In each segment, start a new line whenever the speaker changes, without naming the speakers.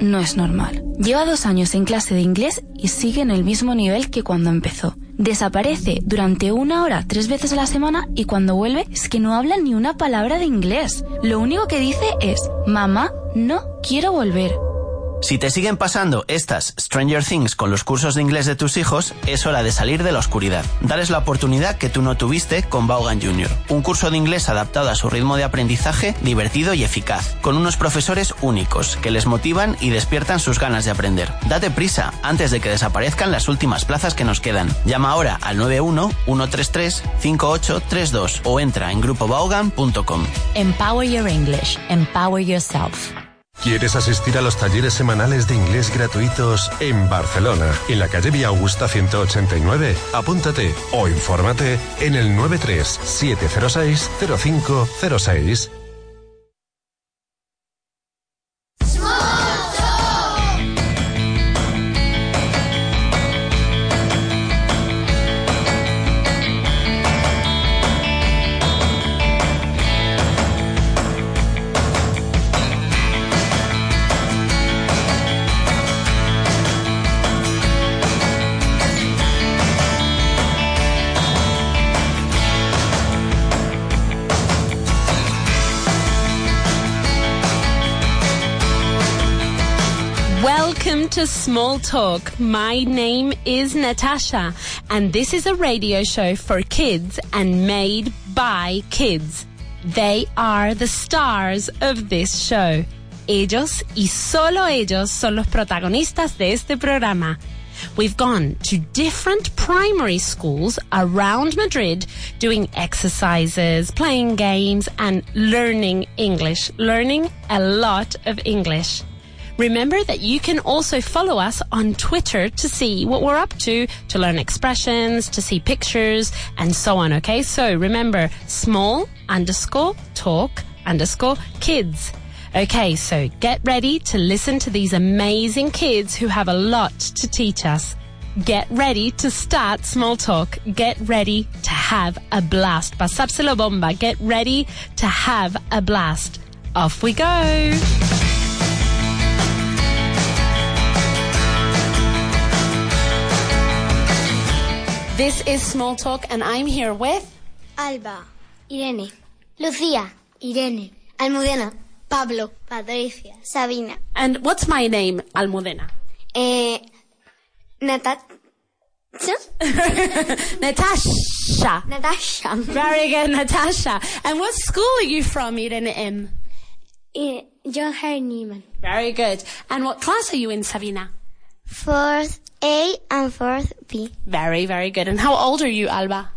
No es normal. Lleva dos años en clase de inglés y sigue en el mismo nivel que cuando empezó. Desaparece durante una hora tres veces a la semana y cuando vuelve es que no habla ni una palabra de inglés. Lo único que dice es, mamá, no quiero volver.
Si te siguen pasando estas Stranger Things con los cursos de inglés de tus hijos, es hora de salir de la oscuridad. Darles la oportunidad que tú no tuviste con Vaughan Jr., un curso de inglés adaptado a su ritmo de aprendizaje, divertido y eficaz, con unos profesores únicos que les motivan y despiertan sus ganas de aprender. Date prisa antes de que desaparezcan las últimas plazas que nos quedan. Llama ahora al 91-133-5832 o entra en grupovaughan.com.
Empower your English. Empower yourself.
¿Quieres asistir a los talleres semanales de inglés gratuitos en Barcelona, en la calle Vía Augusta 189? Apúntate o infórmate en el 93-706-0506.
Welcome to Small Talk. My name is Natasha, and this is a radio show for kids and made by kids. They are the stars of this show. Ellos y solo ellos son los protagonistas de este programa. We've gone to different primary schools around Madrid doing exercises, playing games, and learning English, learning a lot of English. Remember that you can also follow us on Twitter to see what we're up to, to learn expressions, to see pictures, and so on, okay? So remember, small underscore talk underscore kids. Okay, so get ready to listen to these amazing kids who have a lot to teach us. Get ready to start small talk. Get ready to have a blast. Pasárselo bomba. Get ready to have a blast. Off we go. This is Small Talk, and I'm here with.
Alba, Irene, Lucía, Irene, Almudena, Pablo, Patricia, Sabina,
And what's my name? Almudena.
eh, Natasha,
Natasha.
Natasha,
Very good, Natasha. And what school are you from, Irene M?
eh, John Harry Neiman.
Very good. And what class are you in, Sabina?
Fourth A and fourth B.
Very, very good. And how old are you, Alba?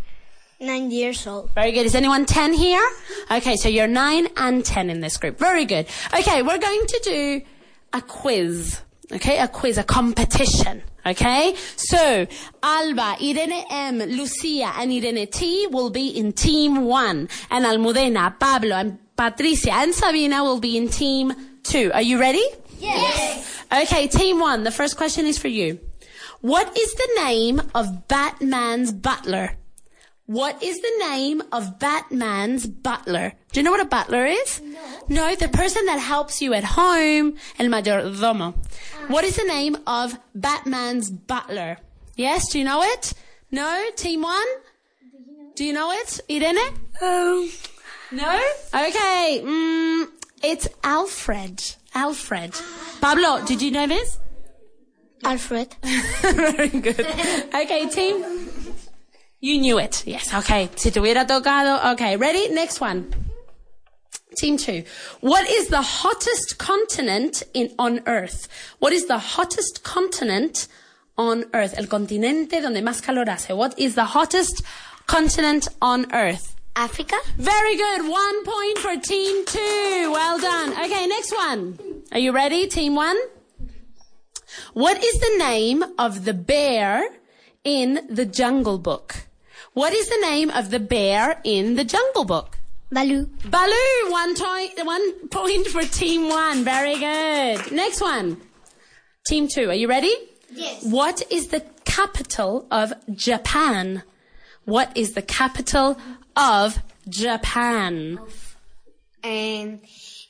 Nine years old.
Very good. Is anyone 10 here? Okay, so you're 9 and 10 in this group. Very good. Okay, we're going to do a quiz. Okay, a quiz, a competition. Okay, so Alba, Irene M, Lucia, and Irene T will be in team one, and Almudena, Pablo, and Patricia, and Sabina will be in team two. Are you ready?
Yes.
Okay, team one, the first question is for you. What is the name of Batman's butler? What is the name of Batman's butler? Do you know what a butler is? No. No, the person that helps you at home, el mayordomo. What is the name of Batman's butler? Yes, do you know it? No, team one? Do you know it, Irene?
Um,
No? Okay, mm, it's Alfred. Alfred. Pablo, did you know this?
Alfred.
Very good. Okay, team. You knew it. Yes. Okay. Si te hubiera tocado. Okay. Ready? Next one. Team two. What is the hottest continent in on Earth? What is the hottest continent on Earth? El continente donde más calor hace. What is the hottest continent on Earth?
Africa.
Very good. One point for team two. Well done. Okay, next one. Are you ready, team one? What is the name of the bear in the jungle book? What is the name of the bear in the jungle book?
Balu.
Baloo, one, toy, one point for team one. Very good. Next one. Team two, are you ready? Yes. What is the capital of Japan? What is the capital of Japan?
Um,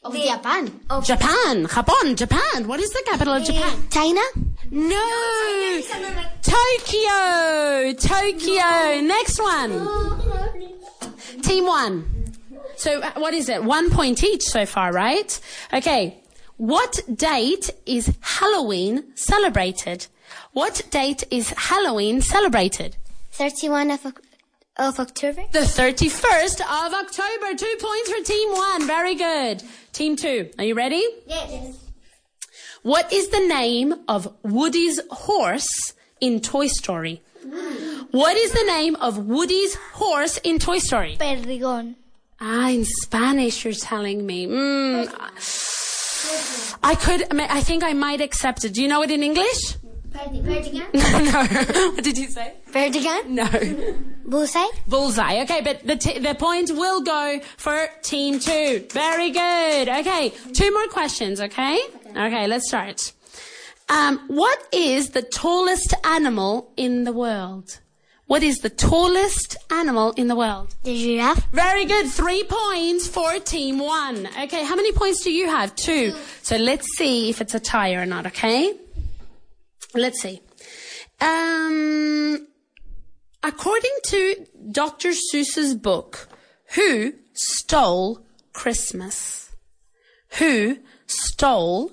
Of Japan. Of
Japan, Japón, Japan. What is the capital of Japan?
China.
No, Tokyo, Tokyo. Next one, team one. So uh, what is it? One point each so far, right? Okay. What date is Halloween celebrated? What date is Halloween celebrated?
31 of, Oc- of October.
The 31st of October. Two points for team one. Very good. Team two, are you ready?
Yes.
What is the name of Woody's horse in Toy Story? What is the name of Woody's horse in Toy Story?
Perdigón.
Ah, in Spanish, you're telling me. Mm. I could, I think I might accept it. Do you know it in English?
Perdigón.
no. what did you say?
Perdigón.
No.
Bullseye.
Bullseye. Okay, but the, t- the point will go for team two. Very good. Okay, two more questions, okay? Okay, let's start. Um, what is the tallest animal in the world? What is the tallest animal in the world?
The giraffe.
Very good. Three points for team one. Okay, how many points do you have? Two. So let's see if it's a tie or not, okay? Let's see. Um, according to Dr. Seuss's book, who stole Christmas? Who stole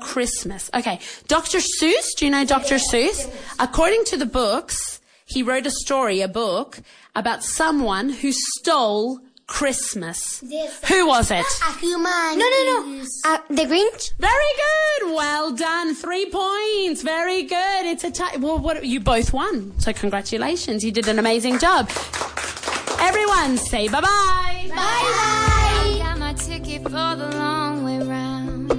Christmas? Okay. Dr. Seuss, do you know Dr. Seuss? According to the books, he wrote a story, a book, about someone who stole Christmas. Who was it?
A human. No, no, no. Uh, the Grinch.
Very good. Well done. Three points. Very good. It's a tie. Well, what you both won. So congratulations. You did an amazing job. Everyone, say bye bye.
Got my ticket for the long way round.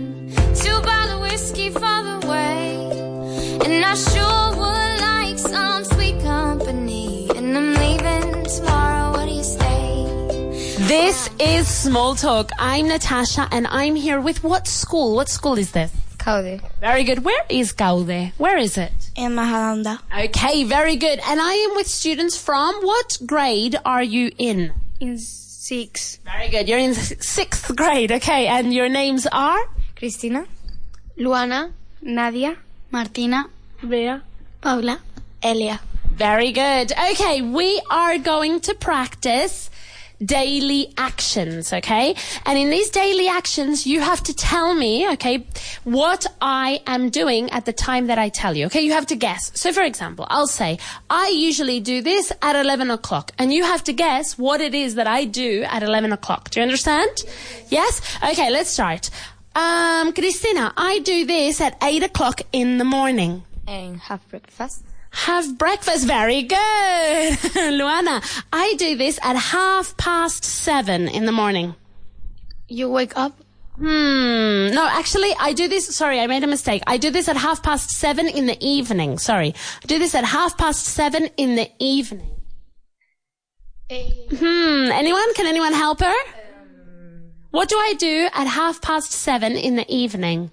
Two bottle whiskey for the way. And I sure would like some sweet company. And I'm leaving tomorrow. What do you say?
This is Small Talk. I'm Natasha, and I'm here with what school? What school is this?
Caude.
Very good. Where is Gaude? Where is it?
En Majadahonda.
Okay, very good. And I am with students from what grade are you in?
In six.
Very good. You're in s- sixth grade. Okay, and your names are?
Cristina. Luana. Nadia. Martina. Bea. Paula. Elia.
Very good. Okay, we are going to practice daily actions, okay? And in these daily actions, you have to tell me, okay, what I am doing at the time that I tell you, okay? You have to guess. So for example, I'll say, I usually do this at 11 o'clock, and you have to guess what it is that I do at 11 o'clock. Do you understand? Yes? Okay, let's start. Um, Christina, I do this at 8 o'clock in the morning.
And have breakfast.
Have breakfast. Very good. Luana, I do this at half past seven in the morning.
You wake up.
Hmm. No, actually, I do this. Sorry, I made a mistake. I do this at half past seven in the evening. Sorry. I do this at half past seven in the evening. Hmm. Anyone? Can anyone help her? What do I do at half past seven in the evening?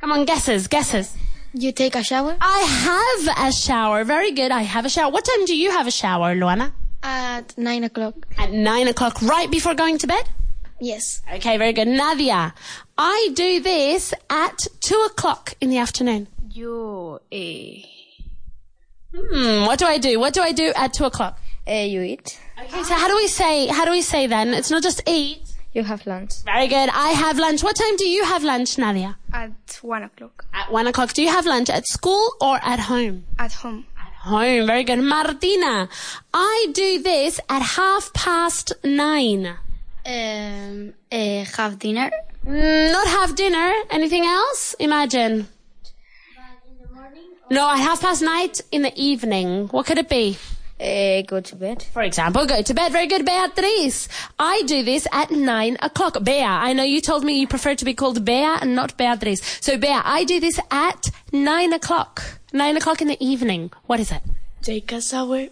Come on, guesses, guesses.
You take a shower.
I have a shower. Very good. I have a shower. What time do you have a shower, Luana?
At nine o'clock.
At nine o'clock, right before going to bed?
Yes.
Okay, very good. Nadia, I do this at two o'clock in the afternoon.
You eh,
Hmm, what do I do? What do I do at two o'clock?
Eh, you eat.
Okay, so how do we say, how do we say then? It's not just eat.
You have lunch
Very good. I have lunch. What time do you have lunch, Nadia?
at one o'clock
At one o'clock. Do you have lunch at school or at home?
at home.
At home. Very good. Martina, I do this at half past nine.
Um. have dinner.
Mm, not have dinner. Anything else? Imagine. No, at half past night in the evening. What could it be?
Eh, go to bed.
For example, go to bed. Very good, Beatrice. I do this at nine o'clock. Bea, I know you told me you prefer to be called Bea and not Beatrice. So Bea, I do this at nine o'clock. Nine o'clock in the evening. What is it?
Take a shower.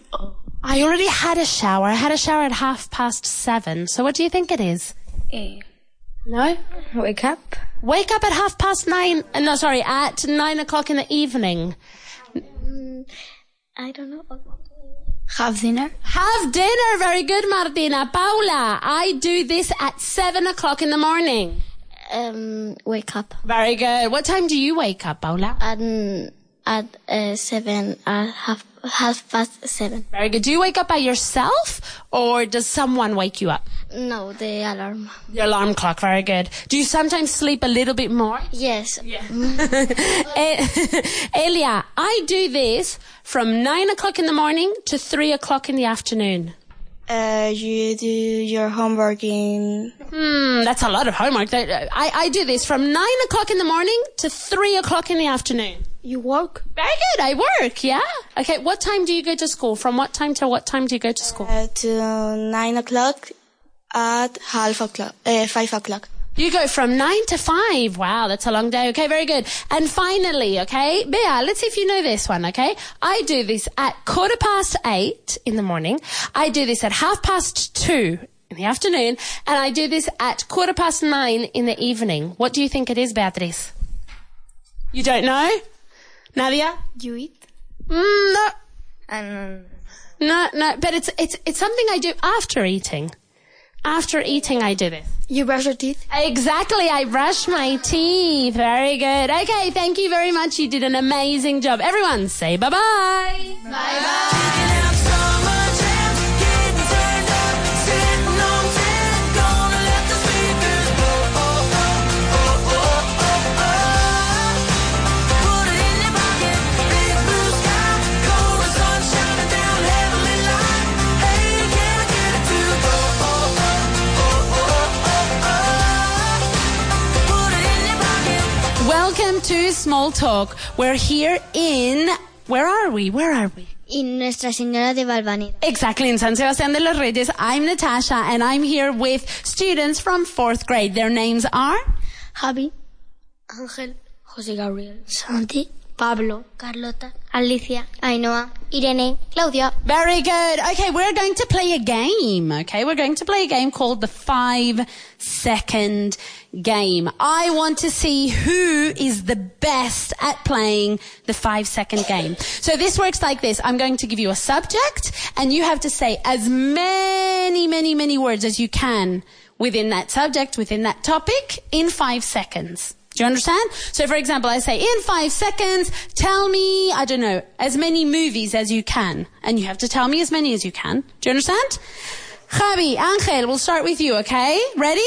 I already had a shower. I had a shower at half past seven. So what do you think it is?
Eh,
No?
wake up.
Wake up at half past nine. uh, No, sorry, at nine o'clock in the evening.
I don't know. Have dinner.
Have dinner. Very good, Martina. Paula, I do this at seven o'clock in the morning.
um, wake up
Very good. What time do you wake up, Paula?
um, at uh, seven, at half, half past seven.
Very good. Do you wake up by yourself or does someone wake you up?
No, the alarm.
Your alarm clock. Very good. Do you sometimes sleep a little bit more?
Yes.
Eh, Elia, I do this from nine o'clock in the morning to three o'clock in the afternoon.
Uh, you do your homework in.
Hmm, that's a lot of homework. That- I, I do this from nine o'clock in the morning to three o'clock in the afternoon.
You work?
Very good. I work. Yeah. Okay. What time do you go to school? From what time to what time do you go to school?
Uh, to nine o'clock at half o'clock, uh, five o'clock.
You go from nine to five. Wow, that's a long day. Okay, very good. And finally, okay, Bea, let's see if you know this one, okay? I do this at quarter past eight in the morning. I do this at half past two in the afternoon. And I do this at quarter past nine in the evening. What do you think it is, Beatriz? You don't know? Nadia?
You eat?
Mm, no,
And
no, no. But it's, it's, it's something I do after eating. After eating, I do this.
You brush your teeth?
Exactly. I brush my teeth. Very good. Okay. Thank you very much. You did an amazing job. Everyone say bye bye. Welcome to Small Talk. We're here in. Where are we? Where are we?
Y Nuestra Señora de Valvanera.
Exactly, in San Sebastián de los Reyes. I'm Natasha and I'm here with students from fourth grade. Their names are?
Javi, Ángel, José Gabriel, Santi, Pablo, Carlota, Alicia, Ainhoa, Irene, Claudia.
Very good. Okay, we're going to play a game. Okay, we're going to play a game called the five second game. I want to see who is the best at playing the five second game. So this works like this. I'm going to give you a subject and you have to say as many, many, many words as you can within that subject, within that topic in five seconds. Do you understand? So for example, I say, in five seconds, tell me, I don't know, as many movies as you can. And you have to tell me as many as you can. Do you understand? Javi, Angel, we'll start with you, okay? Ready?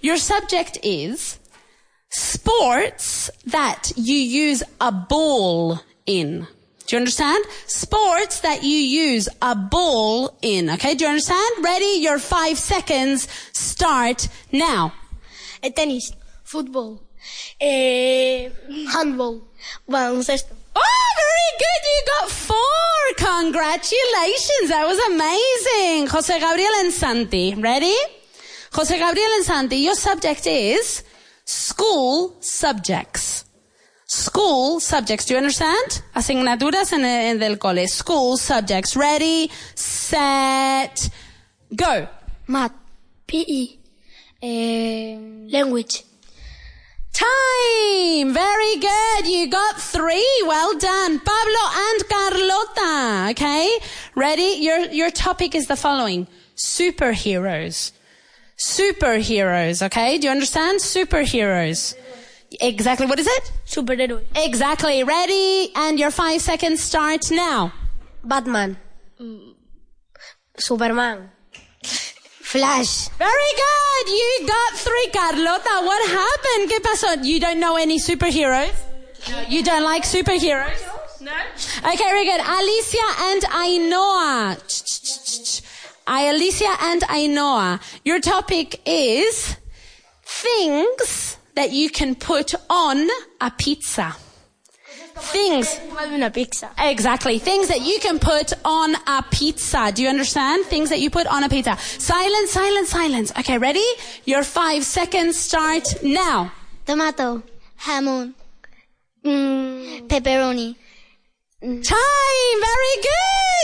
Your subject is sports that you use a ball in. Do you understand? Sports that you use a ball in. Okay, do you understand? Ready? Your five seconds start now.
Eh,
tenis. Fútbol. Eh, handball. Baloncesto.
Oh, very good. You got four. Congratulations. That was amazing. Jose Gabriel and Santi. Ready? Jose Gabriel and Santi, your subject is school subjects. School subjects. Do you understand? Asignaturas en, en del cole. School subjects. Ready, set, go.
Math, PE, um, language.
Time! Very good. You got three. Well done. Pablo and Carlota. Okay. Ready? Your, your topic is the following. Superheroes. Superheroes. Okay. Do you understand? Superheroes. Exactly. What is it?
Superhéroe.
Exactly. Ready? And your five seconds start now.
Batman.
mm,
Superman. Flash.
Very good. You got three, Carlota. What happened? ¿Qué pasó? You don't know any superheroes? You don't like superheroes? No. Okay, very good. Alicia and Ainoa. Ch-ch-ch-ch-ch. I, Alicia and Ainoa. Your topic is things that you uh, can put on a pizza. Things.
Una pizza.
Exactly. Things that you can put on a pizza. Do you understand? Things that you put on a pizza. Silence, silence, silence. Okay, ready? Your five seconds start now.
Tomato, jamón, mm, pepperoni.
Time! Very good!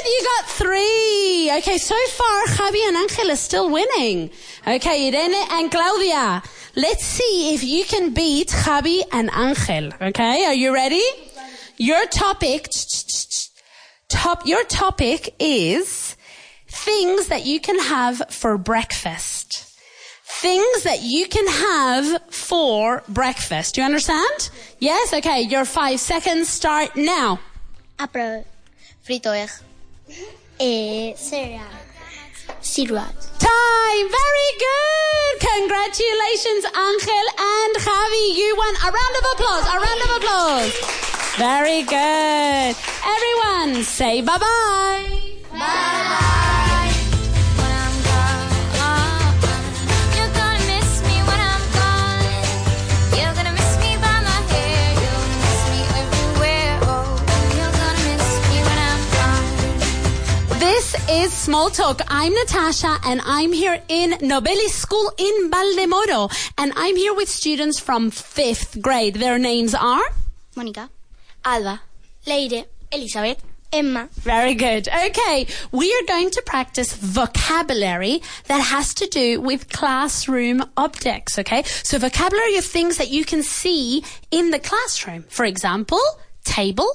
You got three. Okay, so far, Javi and Angel are still winning. Okay, Irene and Claudia. Let's see if you can beat Javi and Angel. Okay, are you ready? Your topic, top, your topic is things that you can have for breakfast things that you can have for breakfast. Do you understand? Yes? Okay, your five seconds start now.
Apple, Ah, frito egg, eh, cereal, cereal.
Time! Very good! Congratulations, Angel and Javi. You won a round of applause, a round of applause. Very good. Everyone, say bye bye.
When I'm gone, you're gonna miss me when I'm gone. You're gonna miss me by my hair. You're gonna miss me everywhere. Oh, you're gonna miss me when I'm gone.
This is Small Talk. I'm Natasha and I'm here in Novelli School in Valdemoro. And I'm here with students from fifth grade. Their names are?
Mónica, Alba, Leire, Elizabeth, Emma.
Very good. Okay. We are going to practice vocabulary that has to do with classroom objects. Okay. So vocabulary of things that you can see in the classroom. For example, table.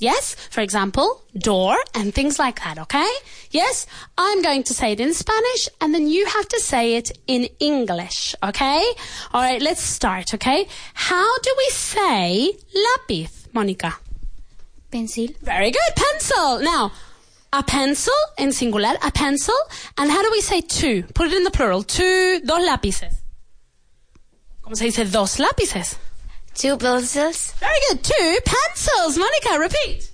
Yes. For example, door and things like that. Okay. Yes. I'm going to say it in Spanish and then you have to say it in English. Okay. All right. Let's start. Okay. How do we say lápiz, Monica?
Pencil,
Very good. Pencil. Now, a pencil in singular, a pencil. And how do we say two? Put it in the plural. Two, dos lápices. ¿Cómo se dice dos lápices?
two pencils,
Very good. Two pencils. Monica, repeat.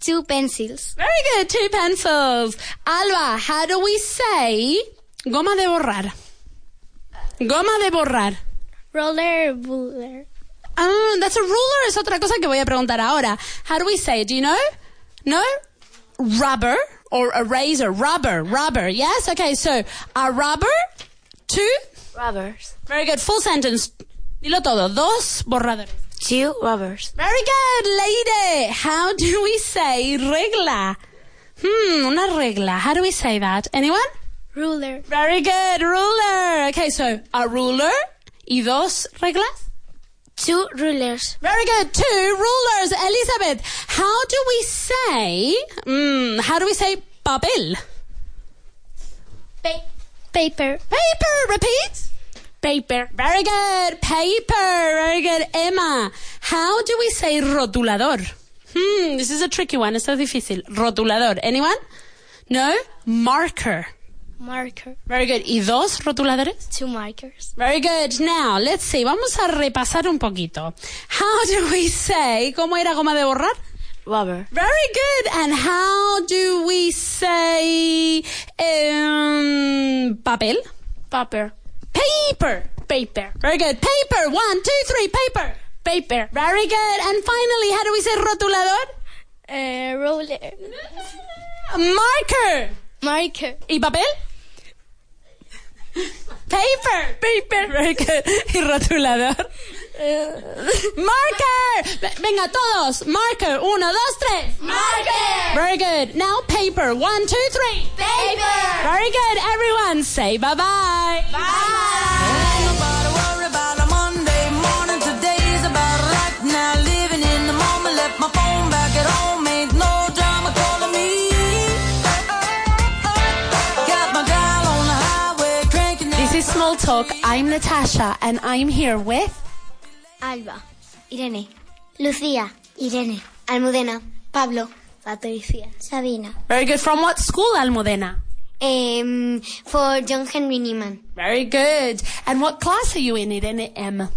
two pencils,
Very good. Two pencils. Alba, how do we say goma de borrar? Goma de borrar.
roller, ruler,
Ah, that's a ruler es otra cosa que voy a preguntar ahora. How do we say it? Do you know? No? Rubber or a razor. Rubber, rubber. Yes? Okay, so a rubber, two.
rubbers,
Very good. Full sentence. Dilo todo. Dos borradores.
two rubbers,
Very good, lady. How do we say regla? Hmm, una regla. How do we say that? Anyone?
ruler,
Very good. Ruler. Okay, so a ruler y dos reglas.
two rulers,
Very good. Two rulers. Elizabeth, how do we say, mm, how do we say papel?
paper,
Paper. Repeat.
paper,
Very good. Paper. Very good. Emma, how do we say rotulador? Hmm, this is a tricky one. It's so difícil. Rotulador. Anyone? No? Marker.
marker,
Very good. ¿Y dos rotuladores?
two markers,
Very good. Now, let's see. Vamos a repasar un poquito. How do we say, ¿cómo era goma de borrar?
rubber,
Very good. And how do we say um, papel?
paper,
Paper.
paper,
Very good. Paper. One, two, three. Paper.
paper,
Very good. And finally, how do we say rotulador?
uh, roller,
Marker.
marker,
¿Y papel? Paper. Paper. Very good. ¿Y rotulador? Marker. Ve- Venga, todos. Marker. Uno, dos, tres.
Marker.
Very good. Now paper. One, two, three. Very good, everyone. Say bye bye. This is Small Talk. I'm Natasha, and I'm here with.
Alba, Irene, Lucía, Irene, Almudena, Pablo, Patricia, Sabina.
Very good. From what school, Almudena?
Em, for John Henry Newman,
Very good. And what class are you in, Irene M?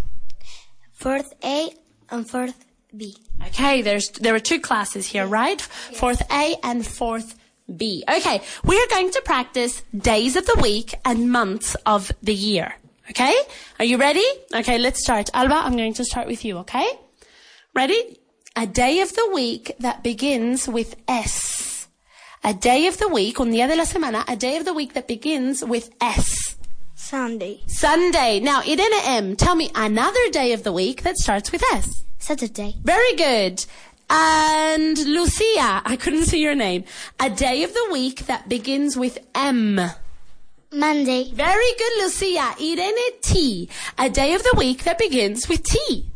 fourth A and fourth B.
Okay, there's there are two classes here, right? Fourth A and fourth B. Okay, we are going to practice days of the week and months of the year. Okay? Are you ready? Okay, let's start. Alba, I'm going to start with you, okay? Ready? A day of the week that begins with S. A day of the week, un día de la semana, a day of the week that begins with S.
Sunday,
Sunday. Now, Irene M, tell me another day of the week that starts with S.
Saturday,
Very good. And Lucia, I couldn't see your name. A day of the week that begins with M.
Monday,
Very good, Lucia. Irene T. A day of the week that begins with T.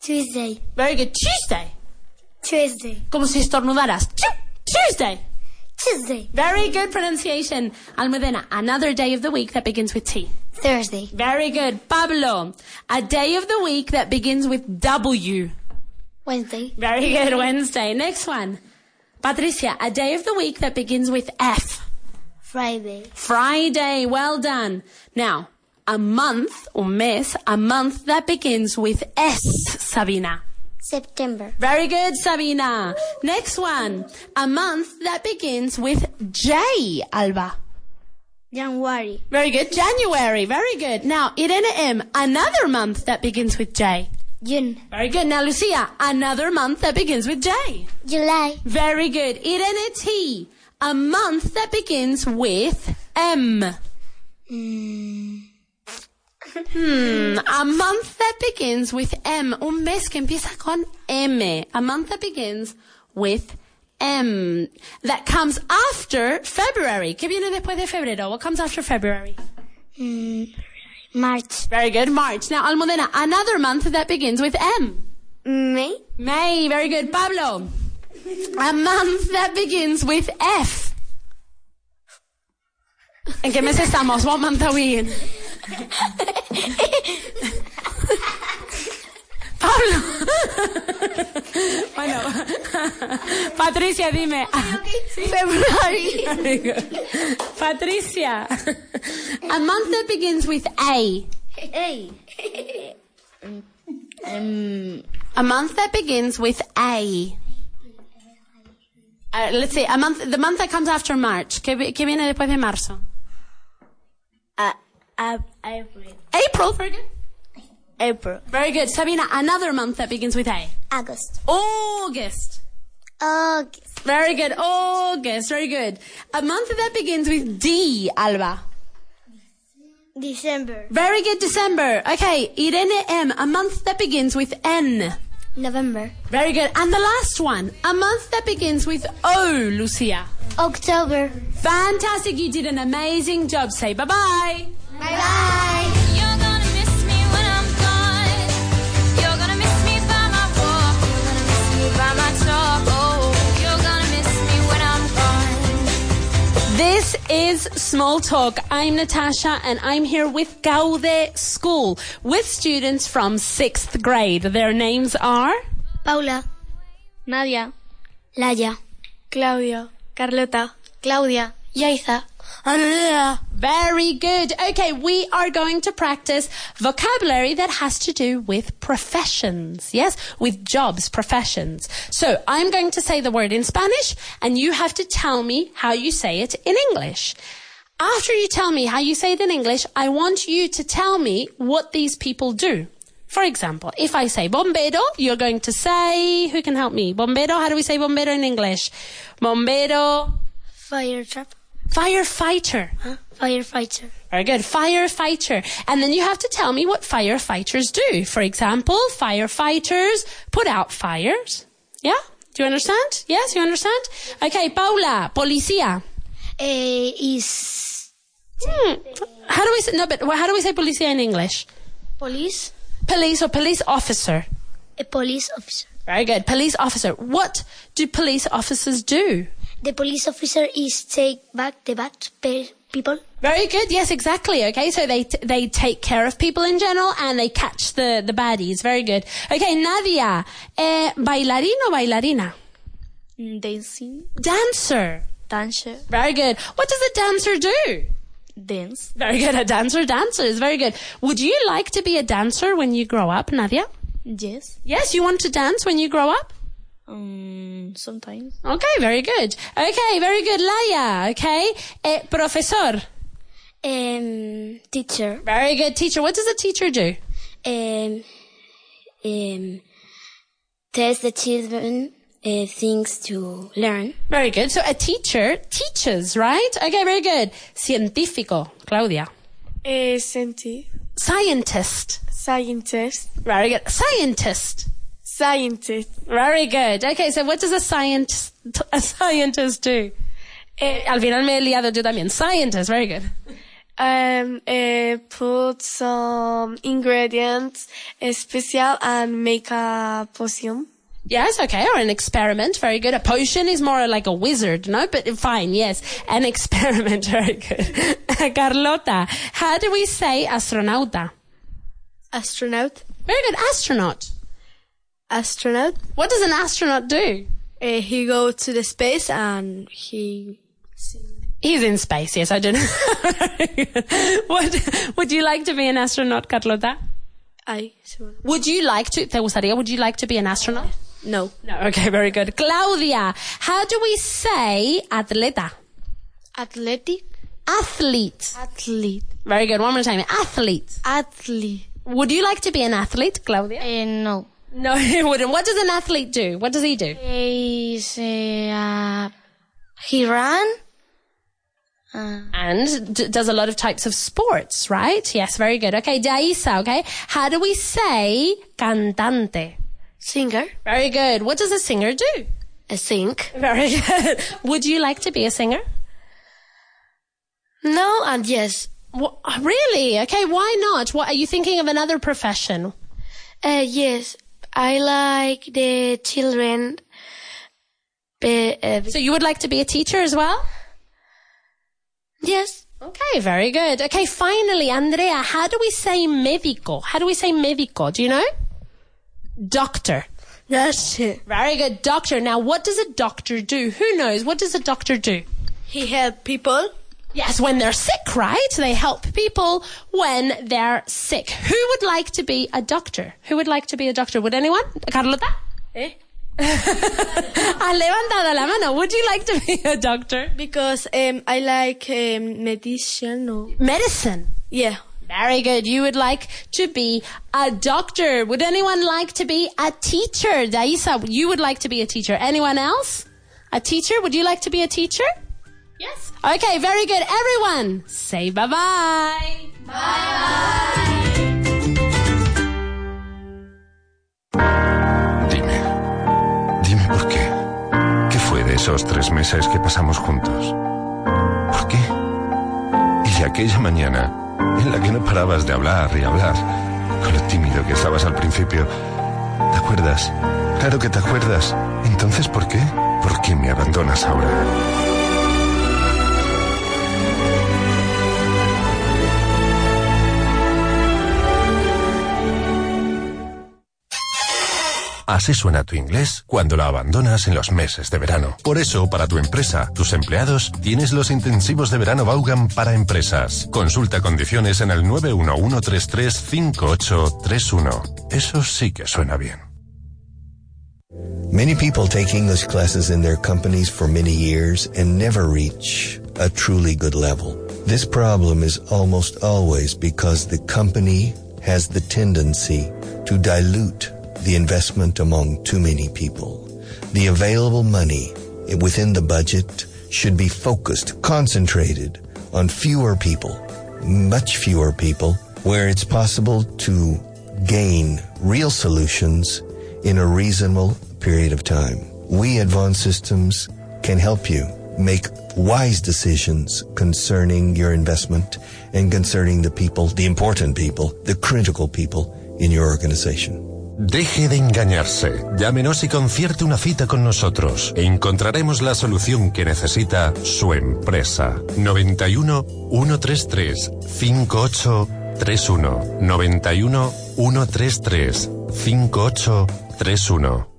Tuesday,
Very good. Tuesday.
Tuesday,
Como si estornudaras. Tu- Tuesday.
Tuesday,
Very good pronunciation. Almudena, another day of the week that begins with T.
Thursday.
Very good. Pablo, a day of the week that begins with W.
Wednesday.
Very good. Wednesday. Next one. Patricia, a day of the week that begins with F.
Friday.
Friday. Well done. Now, a month or mes, a month that begins with S, Sabina.
September.
Very good, Sabina. Next one. A month that begins with J, Alba.
January.
Very good. January. Very good. Now, Irene M, another month that begins with J.
June.
Very good. Now, Lucia, another month that begins with J.
July.
Very good. Irene T, a month that begins with M. Hmm, a month that begins with M. Un mes que empieza con M. A month that begins with M. That comes after February. ¿Qué viene después de febrero? What comes after February?
March.
Very good. March. Now, Almudena, another month that begins with M.
May.
May. Very good. Pablo, a month that begins with F. ¿En qué mes estamos? What month are we in? Pablo. bueno, Patricia, dime. February. Very good. Patricia, a month that begins with A. A month that begins with A. Uh, let's see, a month, the month that comes after March. ¿Qué, vi- qué viene después de marzo?
Uh, April.
April, very good.
April.
Very good. Sabina, another month that begins with A.
August.
August.
August.
Very good. August, very good. A month that begins with D, Alba.
December.
Very good, December. Okay, Irene M, a month that begins with N.
November.
Very good. And the last one, a month that begins with O, Lucia.
October.
Fantastic. You did an amazing job. Say bye bye.
Bye bye.
You're gonna miss me when I'm gone. You're gonna miss me by my walk. You're gonna miss me by my talk. Oh, you're gonna miss me when I'm gone.
This is Small Talk. I'm Natasha and I'm here with Gaude School with students from sixth grade. Their names are
Paula. Nadia. Laia. Claudia. Carlota. Claudia. Yaiza. Andrea.
very good. Okay, we are going to practice vocabulary that has to do with professions. Yes, with jobs, professions. So I'm going to say the word in Spanish and you have to tell me how you say it in English. After you tell me how you say it in English, I want you to tell me what these people do. For example, if I say bombero, you're going to say, who can help me? Bombero, how do we say bombero in English? Bombero,
Fire trap.
firefighter.
Firefighter.
Very good. Firefighter. And then you have to tell me what firefighters do. For example, firefighters put out fires. Yeah? Do you understand? Yes, you understand? Okay, Paula, policía.
Eh, is
Hmm. How do we say, no, but how do we say policía in English?
police.
Police or police officer.
A police officer.
Very good. Police officer. What do police officers do?
The police officer is take back the bad pe- people.
Very good. Yes, exactly. Okay, so they t- they take care of people in general and they catch the the baddies. Very good. Okay, Nadia, eh, bailarín o bailarina?
Dancing.
Dancer.
Dancer.
Very good. What does a dancer do?
Dance.
Very good. A dancer dances. Very good. Would you like to be a dancer when you grow up, Nadia?
Yes.
Yes, you want to dance when you grow up?
Um, sometimes.
Okay, very good. Okay, very good. Laia, okay? Eh, profesor.
Um, teacher.
Very good. Teacher. What does a teacher do?
Um, um, tells the children uh, things to learn.
Very good. So a teacher teaches, right? Okay, very good. Científico, Claudia.
Eh, senti.
Scientist.
Scientist.
Very good. Scientist.
Scientist.
Very good. Okay, so what does a scientist a scientist do? Eh, al final me he liado yo también. Scientist, very good.
Um, eh, put some ingredients eh, special and make a potion.
Yes, okay, or an experiment, very good. A potion is more like a wizard, no? But fine, yes, an experiment, very good. Carlota, how do we say astronauta?
Astronaut.
Very good, astronaut.
Astronaut.
What does an astronaut do?
Uh, he go to the space and he.
He's in space, yes, I do know. what, would you like to be an astronaut, Carlota?
I.
Would you like to, te gustaría, would you like to be an astronaut?
No.
No, okay, very good. Claudia, how do we say atleta?
Athletic.
Athlete.
Athlete.
Very good. One more time. Athlete.
Athlete.
Would you like to be an athlete, Claudia?
Eh, no.
No, he wouldn't. What does an athlete do? What does he do?
He's, eh, uh, he ran.
And d- does a lot of types of sports, right? Yes, very good. Okay, Daisa, okay? How do we say cantante?
Singer.
Very good. What does a singer do?
I think.
Very good. Would you like to be a singer?
No and yes.
Wha really? Okay, why not? What are you thinking of another profession?
Eh,
Uh, yes. I like the children.
eh,
Be, uh,
So you would like to be a teacher as well?
yes.
Okay, very good. Okay, finally, Andrea, how do we say médico? How do we say médico? Do you know? Doctor.
That's it.
Very good, doctor. Now, what does a doctor do? Who knows? What does a doctor do?
He help people.
Yes, when they're sick, right? They help people when they're sick. Who would like to be a doctor? Who would like to be a doctor? Would anyone? Carlota?
Eh?
Ha levantado la mano. Would you like to be a doctor?
Because um, I like um, medicine. Or...
Medicine.
Yeah.
Very good. You would like to be a doctor. Would anyone like to be a teacher? Daisa, you would like to be a teacher. Anyone else? A teacher? Would you like to be a teacher? Yes. Okay, very good. Everyone, say bye-bye.
Dime, dime por qué. ¿Qué fue de esos tres meses que pasamos juntos? ¿Por qué? Y de aquella mañana en la que no parabas de hablar y hablar, con lo tímido que estabas al principio. ¿Te acuerdas? Claro que te acuerdas. Entonces, ¿por qué? ¿Por qué me abandonas ahora? Así suena tu inglés cuando lo abandonas en los meses de verano. Por eso, para tu empresa, tus empleados, tienes los intensivos de verano Baugan para empresas. Consulta condiciones en el 911335831. Eso sí que suena bien.
Many people take English classes in their companies for many years and never reach a truly good level. This problem is almost always because the company has the tendency to dilute the investment among too many people. The available money within the budget should be focused, concentrated on fewer people, much fewer people, where it's possible to gain real solutions in a reasonable period of time. We at Vaughn Systems can help you make wise decisions concerning your investment and concerning the people, the important people, the critical people in your organization.
Deje de engañarse. Llámenos y concierte una cita con nosotros. Encontraremos la solución que necesita su empresa. 91 133 5831. 91 133 5831.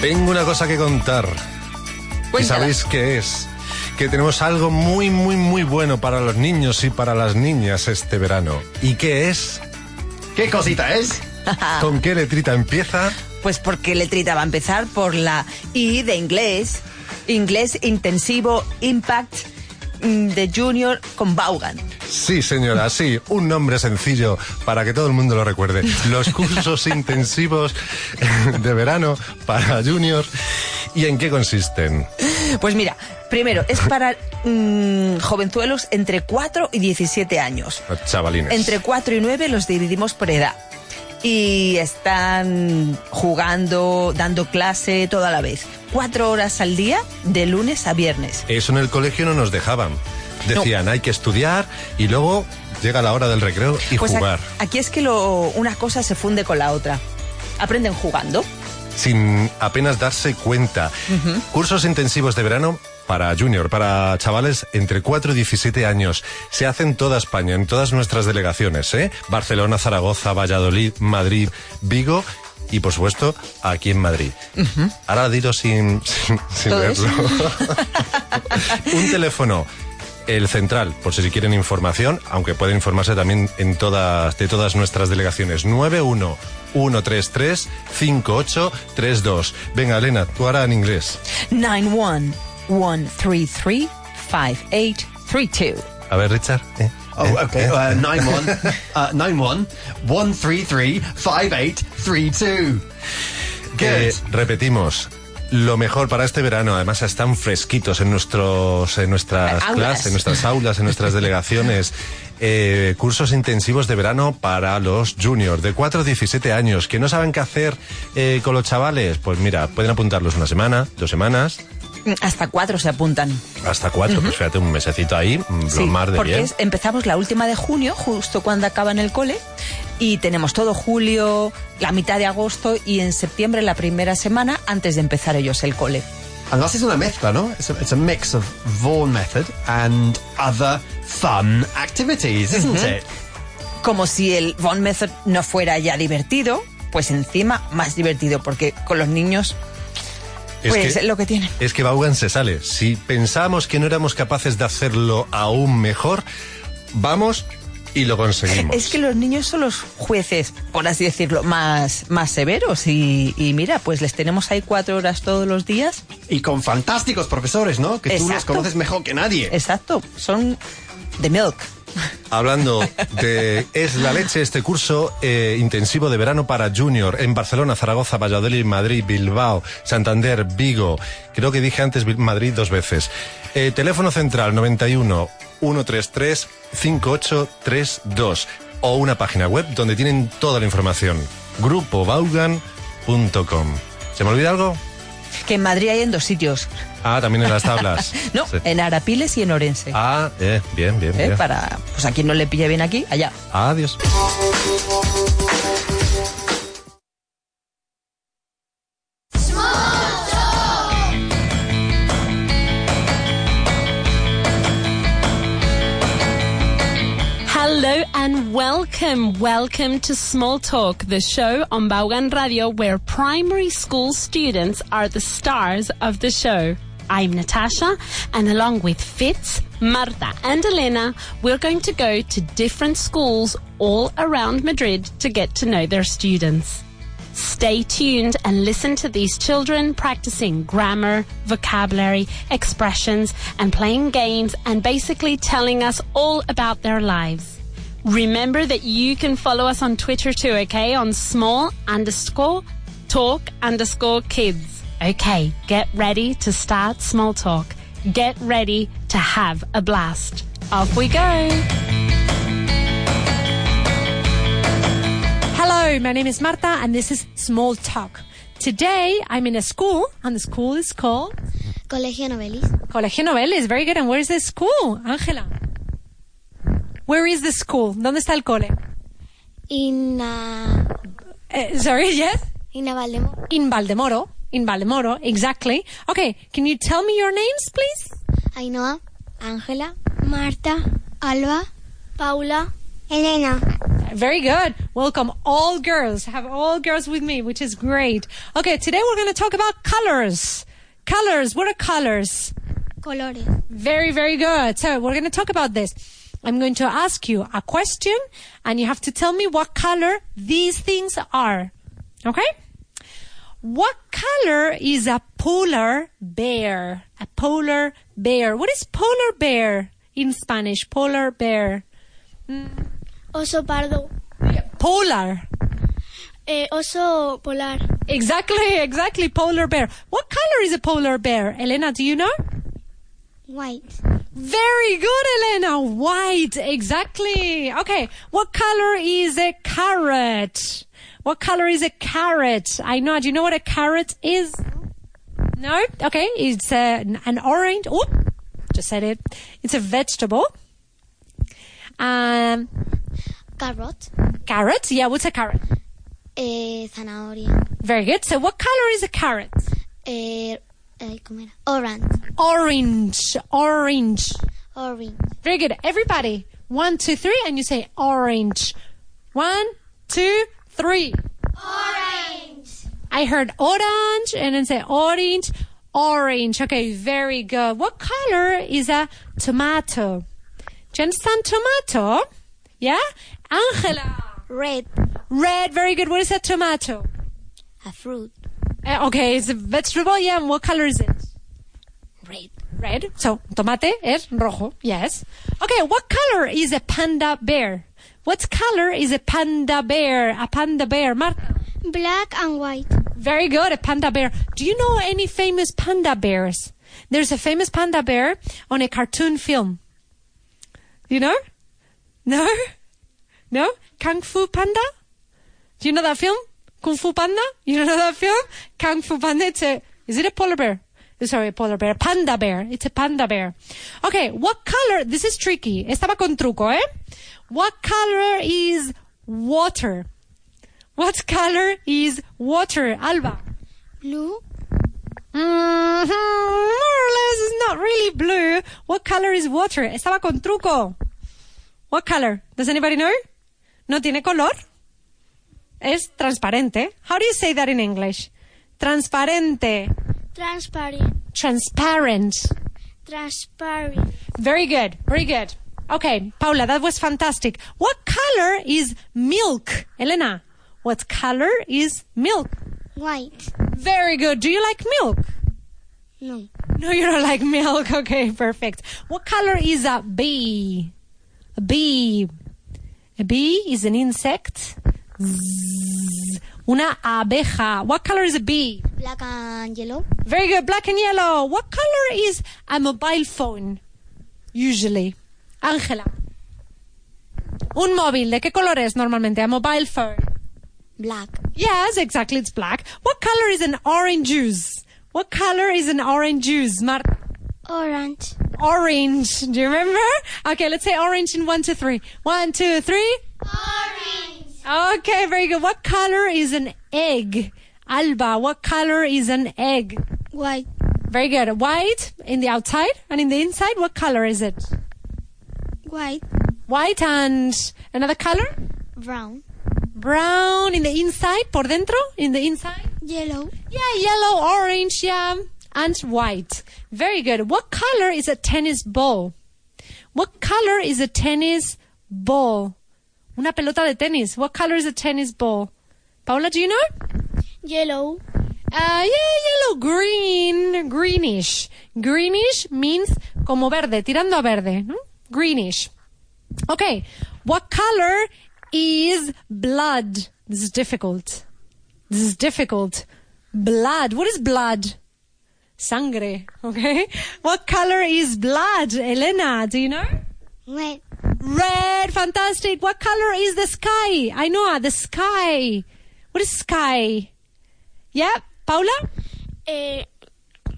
Tengo una cosa que contar. ¿Y sabéis qué es? Que tenemos algo muy, muy, muy bueno para los niños y para las niñas este verano. ¿Y qué es?
¿Qué cosita es?
¿Con qué letrita empieza?
Pues porque letrita va a empezar por la I de inglés, inglés intensivo impact mm, de junior con Vaughan.
Sí, señora, sí, un nombre sencillo para que todo el mundo lo recuerde. Los cursos intensivos de verano para juniors. ¿Y en qué consisten?
Pues mira, primero es para mm, jovenzuelos entre 4 y 17 años.
Los Chavalines.
Entre 4 y 9 los dividimos por edad. Y están jugando, dando clase toda la vez. Cuatro horas al día, de lunes a viernes.
Eso en el colegio no nos dejaban. Decían, hay que estudiar y luego llega la hora del recreo y
Pues a-
jugar.
aquí es que lo, una cosa se funde con la otra. Aprenden jugando.
sin apenas darse cuenta.
Ujú.
Cursos intensivos de verano para junior, para chavales entre 4 y 17 años. Se hace en toda España, en todas nuestras delegaciones, ¿eh? Barcelona, Zaragoza, Valladolid, Madrid, Vigo y, por supuesto, aquí en Madrid. Ahora dilo sin, sin, sin
Todo
verlo. Un teléfono. El central, por si quieren información, aunque pueden informarse también en todas, de todas nuestras delegaciones. 911335832. Venga, Elena, tú ahora en inglés.
911335832.
A ver, Richard. ¿eh?
Oh, okay. Uh,
eh.
9 1 uh, 9 1 1 3 3 5 8 3 2.
Eh, repetimos. Lo mejor para este verano, además están fresquitos en nuestros, en nuestras
Aulas.
clases, en nuestras aulas, en nuestras delegaciones. Eh, cursos intensivos de verano para los juniors de 4 a 17 años que no saben qué hacer eh, con los chavales. Pues mira, pueden apuntarlos una semana, dos semanas,
Hasta cuatro se apuntan.
hasta cuatro.
Ujú.
Pues fíjate, un mesecito ahí, mm,
Sí,
lo mar de
porque
bien.
es- empezamos la última de junio, justo cuando acaban el cole, y tenemos todo julio, la mitad de agosto y en septiembre la primera semana antes de empezar ellos el cole.
Además es una mezcla, ¿no? It's a, it's a mix of Vaughan method and other fun activities, isn't
Ujú.
it?
Como si el Von Method no fuera ya divertido, pues encima más divertido, porque con los niños,
Es
pues
que-
es lo que tienen.
Es que Vaughan se sale. Si pensamos que no éramos capaces de hacerlo aún mejor, vamos y lo conseguimos.
Es que los niños son los jueces, por así decirlo, más, más severos. Y, y mira, pues les tenemos ahí cuatro horas todos los días.
Y con fantásticos profesores, ¿no? Que tú los
Exacto.
conoces mejor que nadie.
Exacto, son de milk.
Hablando de Es la leche, este curso eh, intensivo de verano para junior en Barcelona, Zaragoza, Valladolid, Madrid, Bilbao, Santander, Vigo. Creo que dije antes Bil- Madrid dos veces. Eh, teléfono central 91 133 5832 o una página web donde tienen toda la información. Grupobaugan.com. ¿Se me olvida algo?
Que en Madrid hay en dos sitios.
Ah, también en las tablas.
no,
Sí.
en Arapiles y en Orense.
Ah, eh, bien, bien,
¿Eh?
bien.
Para, pues a quien no le pilla bien aquí, allá.
Adiós.
Hello and welcome, welcome to Small Talk, the show on Baugan Radio where primary school students are the stars of the show. I'm Natasha and along with Fitz, Marta and Elena, we're going to go to different schools all around Madrid to get to know their students. Stay tuned and listen to these children practicing grammar, vocabulary, expressions, and playing games and basically telling us all about their lives. Remember that you can follow us on Twitter too, okay? On small underscore talk underscore kids. Okay, get ready to start small talk. Get ready to have a blast. Off we go.
Hello, my name is Marta and this is Small Talk. Today I'm in a school and the school is called
Colegio Novelis.
Colegio Noveles. Very good. And where is the school? Ángela. Where is the school? ¿Dónde está el cole?
In, uh,
Eh, sorry, yes?
in Valdemoro.
In Valdemoro. In Valdemoro, exactly. Okay, can you tell me your names, please?
Ainhoa, Ángela, Marta, Alba, Paula, Elena.
Very good. Welcome all girls. Have all girls with me, which is great. Okay, today we're going to talk about colors. Colors. What are colors?
Colores.
Very, very good. So we're going to talk about this. I'm going to ask you a question and you have to tell me what color these things are. Okay? What color is a polar bear? A polar bear. What is polar bear in Spanish? Polar bear.
Oso pardo. Eh,
Polar.
oso polar.
Exactly, exactly. Polar bear. What color is a polar bear? Elena, do you know?
White.
Very good, Elena. White, exactly. Okay. What color is a carrot? What color is a carrot? I know. Do you know what a carrot is? No? Okay. It's uh, an an orange. Oh, just said it. It's a vegetable. Um,
Carrot.
Carrot? Yeah, what's a carrot?
Eh, zanahoria.
Very good. So, what color is a carrot?
Eh, eh, ¿Cómo era? Orange.
Orange. Orange.
Orange.
Very good. Everybody, one, two, three, and you say orange. One, two, three. I heard orange and then say orange, orange. Okay, very good. What color is a tomato? Do you understand tomato? Yeah? Angela.
Red.
Red, very good. What is a tomato?
A fruit.
Uh, okay, it's a vegetable, yeah. And what color is it?
Red.
Red. So, tomate es rojo. Yes. Okay, what color is a panda bear? What color is a panda bear? A panda bear, Marta.
Black and white.
Very good, a panda bear. Do you know any famous panda bears? There's a famous panda bear on a cartoon film. You know? No? No? Kung Fu Panda? Do you know that film? Kung Fu Panda? You don't know that film? Kung Fu Panda, it's a, is it a polar bear? Sorry, polar bear. Panda bear. It's a panda bear. Okay, what color, this is tricky. Estaba con truco, eh? What color is water? What color is water, Alba?
Blue.
Mhm, more or less, it's not really blue. What color is water? Estaba con truco. What color? Does anybody know? No tiene color. Es transparente. How do you say that in English? Transparente.
Transparent.
Transparent.
Transparent.
Very good. Very good. Okay, Paula, that was fantastic. What color is milk? Elena, what color is milk?
White.
Very good. Do you like milk?
No.
No, you don't like milk. Okay, perfect. What color is a bee? A bee. A bee is an insect. Zzz. Una abeja. What color is a bee?
Black and yellow.
Very good. Black and yellow. What color is a mobile phone? Usually. Ángela. Un móvil. ¿De qué color es normalmente? A mobile phone.
Black.
Yes, exactly. It's black. What color is an orange juice? What color is an orange juice, Marta?
Orange.
Orange. Do you remember? Okay, let's say orange in one, two, three. One, two, three. Orange. Okay, very good. What color is an egg? Alba, what color is an egg?
White.
Very good. White in the outside and in the inside, what color is it?
White.
White and another color?
Brown.
Brown in the inside, por dentro, in the inside?
Yellow.
Yeah, yellow, orange, yeah, and white. Very good. What color is a tennis ball? What color is a tennis ball? Una pelota de tenis. What color is a tennis ball? Paula, do you know?
Yellow.
Uh, yeah, yellow, green, greenish. Greenish means como verde, tirando a verde. ¿no? Greenish. Okay. What color is blood? This is difficult. This is difficult. Blood. What is blood? Sangre. Okay. What color is blood? Elena, do you know?
Red.
Red. Fantastic. What color is the sky? I know ah, the sky. What is sky? Yeah. Paula?
Eh,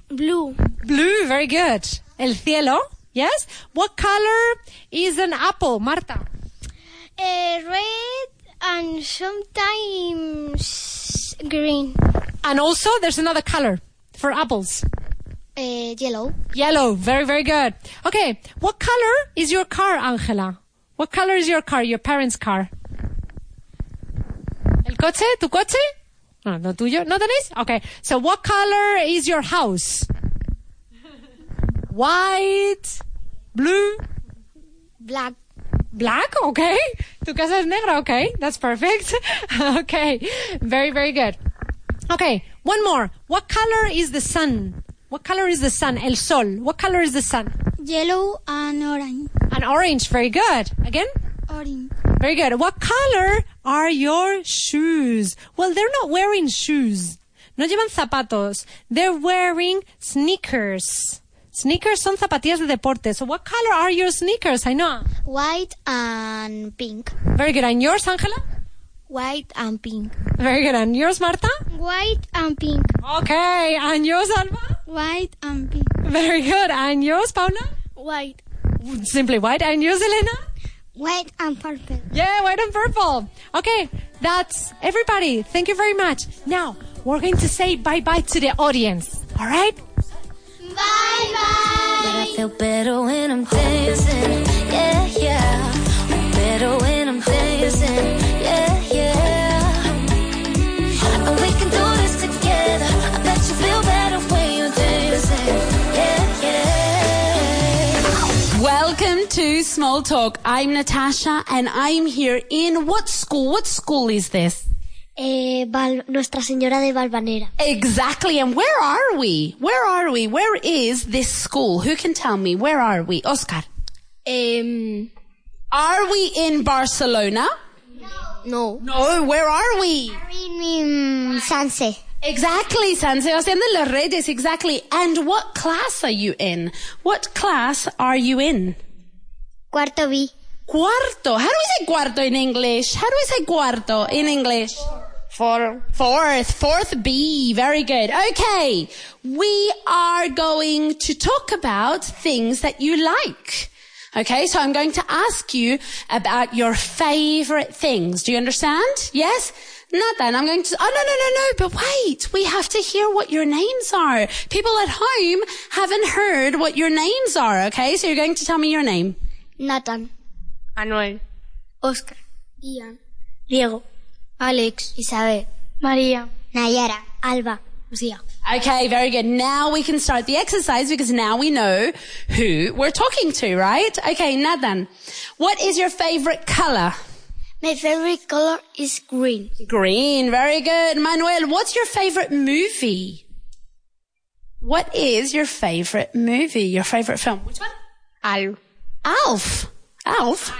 blue.
Blue. Very good. El cielo. Yes. What color is an apple? Marta.
Eh, red and sometimes green.
And also, there's another color for apples.
Eh, yellow.
Yellow. Very, very good. Okay. What color is your car, Angela? What color is your car, your parents' car? El coche? Tu coche? No, no tuyo. ¿No tenéis? Okay. So what color is your house? White, blue,
Black.
black, okay. Tu casa es negra, okay. That's perfect. okay. Very, very good. Okay. One more. What color is the sun? What color is the sun? El sol. What color is the sun?
Yellow and orange.
An orange. Very good. Again?
Orange.
Very good. What color are your shoes? Well, they're not wearing shoes. No llevan zapatos. They're wearing sneakers. Sneakers son zapatillas de deporte. So what color are your sneakers? I know.
White and pink.
Very good. And yours, Angela?
White and pink.
Very good. And yours, Marta?
White and pink.
Okay. And yours, Alba?
White and pink.
Very good. And yours, Paula?
White.
Simply white. And you, Selena?
White and purple.
Yeah, white and Eh, purple. Okay, that's everybody. Thank you very much. Now, we're going to say bye bye to the audience. All right?
Bye bye.
I feel better when I'm dancing. Yeah, yeah. I'm better when I'm dancing. Yeah, yeah. And we can do this together. I bet you feel better when you're dancing. Yeah, yeah.
Welcome to Small Talk. I'm Natasha and I'm here in what school? What school is this?
Eh, Val- Nuestra Señora de Valvanera.
Exactly. And where are we? Where are we? Where is this school? Who can tell me? Where are we? Oscar. Um, are we in Barcelona?
No.
No, where are we?
In mm, Sanse.
Exactly, San Sebastián de los Reyes, exactly. And what class are you in? What class are you in?
Cuarto B.
Cuarto. How do we say cuarto in English? How do we say cuarto in English? Four. Fourth. Fourth B. Very good. Okay. We are going to talk about things that you like. Okay, so I'm going to ask you about your favorite things. Do you understand? Yes? Not then. I'm going to, oh no, no, no, no, but wait. We have to hear what your names are. People at home haven't heard what your names are. Okay, so you're going to tell me your name.
Nathan.
Manuel.
Oscar. Ian. Diego.
Alex.
Isabel. María. Nayara. Alba. Lucía.
Okay, very good. Now we can start the exercise because now we know who we're talking to, right? Okay, Nathan, what is your favorite color?
My favorite color is green.
Green, very good. Manuel, what's your favorite movie? What is your favorite movie? Your favorite film? Which one?
Al.
Alf. Alf?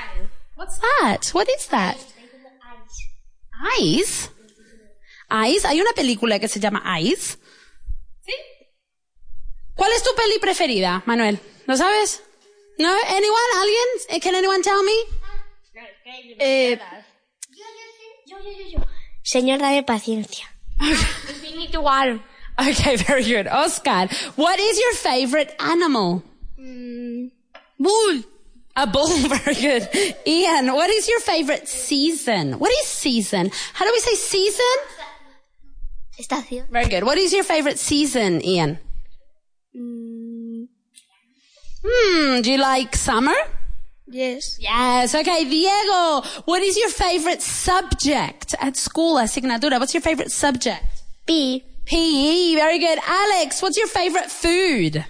What's that? What is that? Eyes. Eyes. Hay una película que se llama Eyes. ¿Cuál es tu peli preferida, Manuel? ¿Lo sabes? No? Anyone? Alguien? Can anyone tell me?
Eh, Señora de paciencia.
Espiritual.
Okay, very good. Oscar, what is your favorite animal? Mm. bull. A bull, very good. Ian, what is your favorite season? What is season? How do we say season?
Estación.
Very good. What is your favorite season, Ian? Hmm, do you like summer?
Yes.
Yes, okay. Diego, what is your favorite subject at school, asignatura? What's your favorite subject?
P.
PE, very good. Alex, what's your favorite food?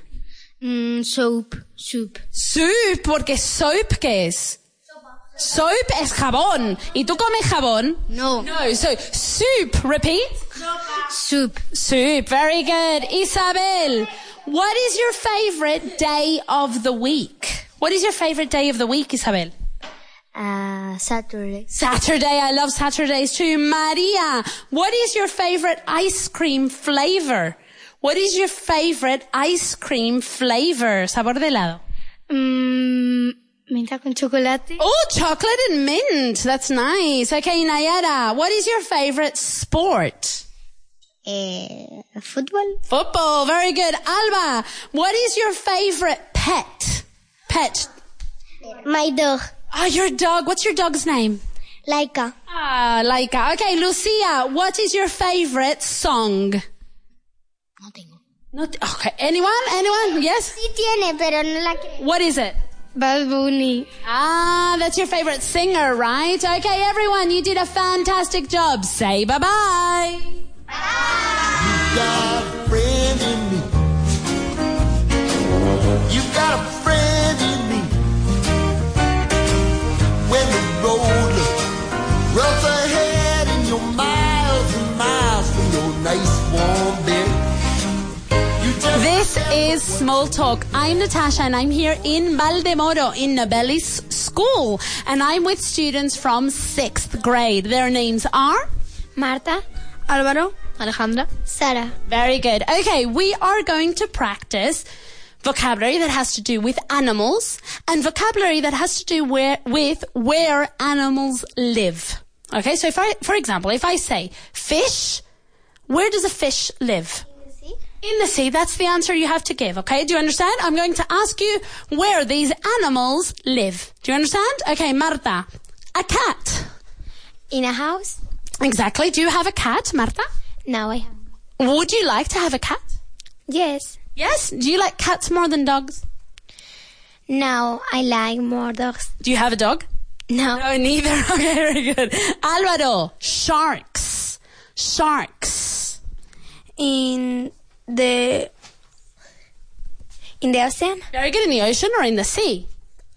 Mm, soap. Soup.
Soup, porque soap, ¿qué es? Soap es jabón. ¿Y tú comes jabón?
No.
No, so soup, repeat.
Soup.
Soup, very good. Isabel, what is your favorite day of the week? What is your favorite day of the week, Isabel?
Ah, Saturday.
Saturday, I love Saturdays too. Maria, what is your favorite ice cream flavor? What is your favorite ice cream flavor? Sabor de helado.
Mm, menta con chocolate.
Oh, chocolate and mint. That's nice. Okay, Nayara, what is your favorite sport?
Eh, fútbol.
Football. Very good. Alba, what is your favorite pet? Pet.
My dog.
Ah, your dog. What's your dog's name?
Laika.
Ah, Laika. Okay, Lucia, what is your favorite song?
No tengo.
Not, okay, anyone? Anyone? Yes?
Sí tiene, pero no la quiere.
What is it?
Bad Bunny.
Ah, that's your favorite singer, right? Okay, everyone, you did a fantastic job. Say bye bye.
got a friend in me. You got a friend in me. When the road looks rough ahead and you're miles and miles from your nice warm bed.
This is Small Talk. I'm Natasha and I'm here in Valdemoro in Nobelis School. And I'm with students from sixth grade. Their names are?
Marta.
Álvaro. Alejandra.
Sara.
Very good. Okay, we are going to practice vocabulary that has to do with animals and vocabulary that has to do where, with where animals live. Okay, so if I, for example, if I say fish, where does a fish live? In the sea, that's the answer you have to give, okay? Do you understand? I'm going to ask you where these animals live. Do you understand? Okay, Marta. A cat.
In a house?
Exactly. Do you have a cat, Marta?
No, I have.
Would you like to have a cat?
Yes.
Yes? Do you like cats more than dogs?
No, I like more dogs.
Do you have a dog?
No.
No, neither. Okay, very good. Alvaro, sharks. Sharks.
In the in the ocean?
Very good in the ocean or in the sea?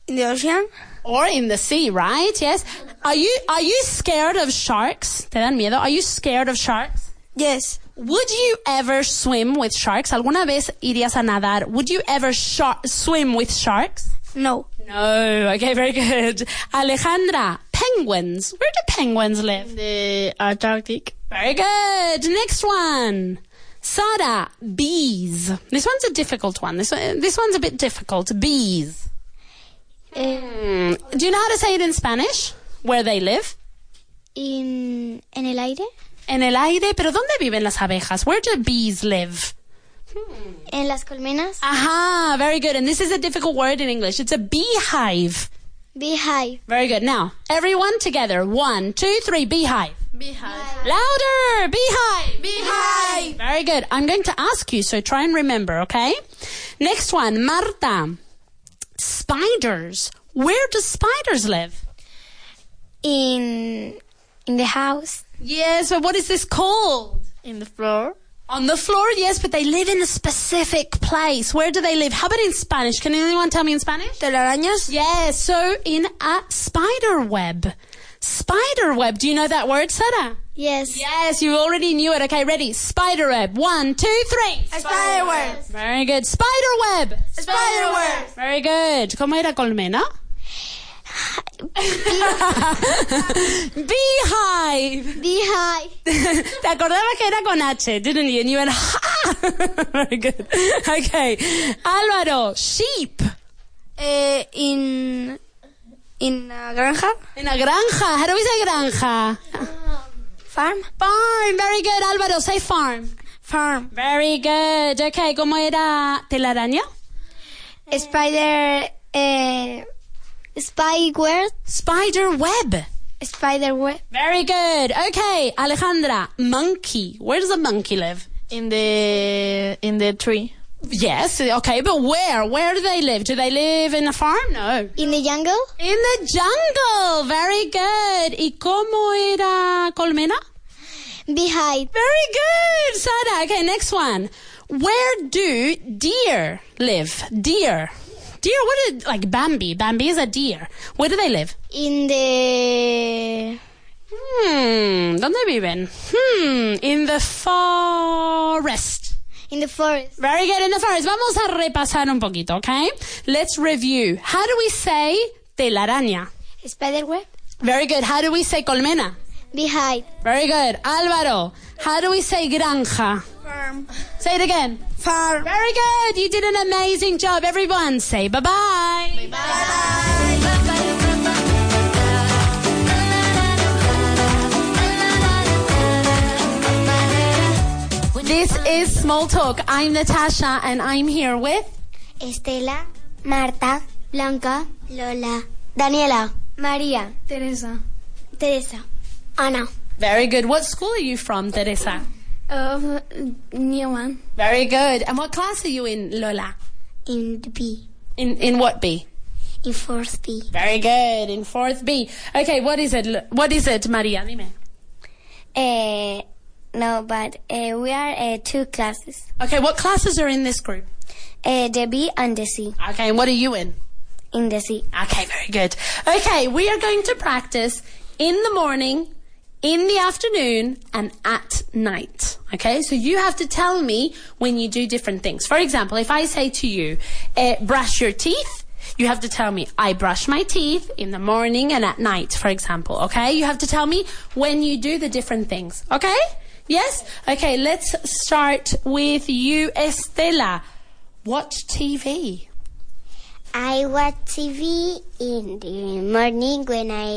In the ocean?
Or in the sea, right? Yes. Are you are you scared of sharks? ¿Te dan miedo? Are you scared of sharks?
Yes.
Would you ever swim with sharks? ¿Alguna vez irías a nadar? Would you ever shar- swim with sharks?
No.
No. Okay, very good. Alejandra, penguins. Where do penguins live?
The Antarctic.
Very good. Next one. Sara, bees. This one's a difficult one. This one, this one's a bit difficult. Bees. Mm. Do you know how to say it in Spanish? Where they live?
In, en el aire?
En el aire. Pero ¿dónde viven las abejas? Where do bees live?
En las colmenas?
Aha, very good. And this is a difficult word in English. It's a beehive.
Beehive.
Very good. Now, everyone together. One, two, three, beehive.
Beehive.
Louder! Beehive!
Beehive!
Very good. I'm going to ask you, so try and remember, okay? Next one, Marta. Spiders. Where do spiders live?
In, in the house?
Yes, but what is this called?
In the floor.
On the floor, yes, but they live in a specific place. Where do they live? How about in Spanish? Can anyone tell me in Spanish?
Telarañas?
Yes, so in a spider web. Spider web. Do you know that word, Sarah?
Yes.
Yes, you already knew it. Okay, ready. Spider web. One, two, three.
A spider web.
Very good. Spider web.
Spider web.
Very good. ¿Cómo era colmena? Beehive.
Beehive.
Te acordabas que era con H, didn't you? And you went, ha! Very good. Okay. Álvaro, sheep.
Eh, in in a granja?
En la granja. How do we say granja?
Farm?
Farm. Very good, Álvaro. Say farm.
Farm.
Very good. Okay, ¿cómo era telaraña?
Spider, eh, spider,
Spider web.
spider web.
Very good. Okay, Alejandra, monkey. Where does a monkey live?
In the in the tree.
Yes, okay, but where? Where do they live? Do they live in a farm? No.
In the jungle?
In the jungle. Very good. ¿Y cómo era colmena?
Beehive.
Very good, Sada. Okay, next one. Where do deer live? Deer. Deer, what is, like Bambi. Bambi is a deer. Where do they live?
In the,
Hmm, ¿dónde viven? Hmm, in the forest.
in the forest.
Very good, in the forest. Vamos a repasar un poquito, okay? Let's review. How do we say telaraña?
Spider web?
Very good. How do we say colmena?
Beehive.
Very good. Álvaro, how do we say granja?
Farm.
Say it again.
Farm.
Very good. You did an amazing job, everyone. Say bye-bye. This is Small Talk. I'm Natasha and I'm here with
Estela, Marta, Blanca, Lola, Daniela, María,
Teresa.
Teresa, Ana.
Very good. What school are you from, Teresa?
Of Uh, new one.
Very good. And what class are you in, Lola?
In the B,
In in what B?
in fourth B.
Very good. In fourth B. Okay, what is it? Lo- What is it, Maria? Dime.
Eh,
Uh, no, but uh, we are uh, two classes.
Okay, what classes are in this group?
Eh,
Uh, the B and the C.
Okay, and what are you in?
In the C.
Okay, very good. Okay, we are going to practice in the morning, in the afternoon, and at night. Okay, so you have to tell me when you do different things. For example, if I say to you, eh, brush your teeth, you have to tell me, I brush my teeth in the morning and at night, for example. Okay, you have to tell me when you do the different things. Okay? Yes? Okay, let's start with you, Estela. Watch TV.
I watch TV in the morning when I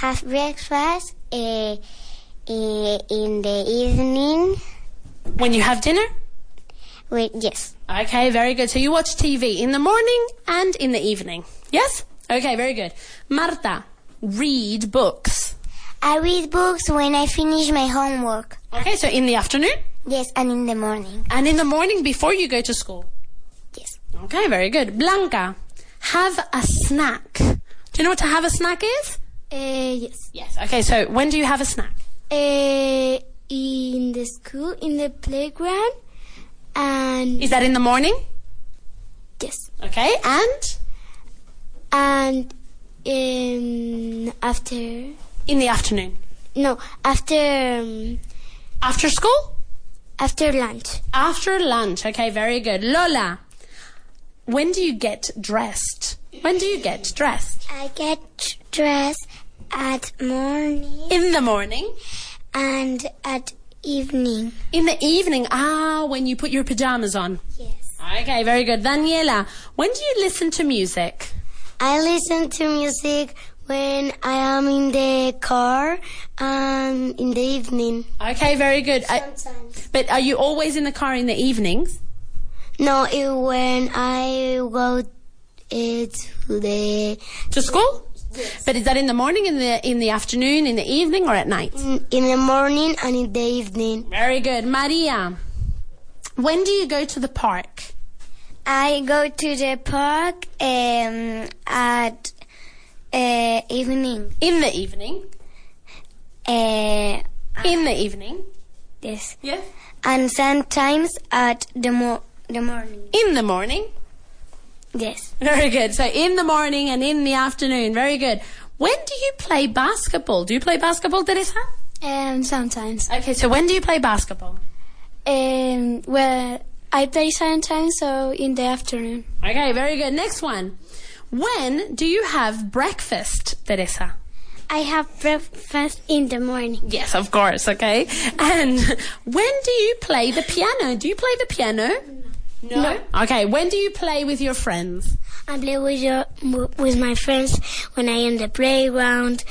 have breakfast. Uh, in the evening,
When you have dinner?
Wait, yes.
Okay, very good. So you watch TV in the morning and in the evening. Yes? Okay, very good. Marta, read books.
I read books when I finish my homework.
Okay, so in the afternoon?
Yes, and in the morning.
And in the morning before you go to school?
Yes.
Okay, very good. Blanca, have a snack. Do you know what to have a snack is?
Uh, yes.
Yes. Okay, so when do you have a snack?
Uh, in the school, in the playground, and
Is that in the morning?
yes,
Okay, and?
and um, after
In the afternoon.
no after um,
after school,
after lunch.
After lunch. Okay, very good. Lola, when do you get dressed? When do you get dressed?
I get dressed at morning
In the morning.
and at evening.
In the evening. Ah, when you put your pajamas on.
Yes.
Okay, very good. Daniela, when do you listen to music?
I listen to music when I am in the car and in the evening.
Okay, very good. I- but are you always in the car in the evenings?
No, it, when I go uh, to the
To school? But is that in the morning, in the in the afternoon, in the evening, or at night?
in, in the morning and in the evening.
Very good, Maria. When do you go to the park?
I go to the park um, at uh, evening.
In the evening.
Uh,
In the evening.
yes.
Yeah.
And sometimes at the mo- the morning.
In the morning.
Yes.
Very good. So in the morning and in the afternoon. Very good. When do you play basketball? Do you play basketball, Teresa?
Um, sometimes.
Okay, so when do you play basketball?
Um, well, I play sometimes, so in the afternoon.
Okay, very good. Next one. When do you have breakfast, Teresa?
I have breakfast in the morning.
Yes, of course. Okay. And when do you play the piano? Do you play the piano? No. Okay, when do you play with your friends?
I play with your, with my friends when I in the playground,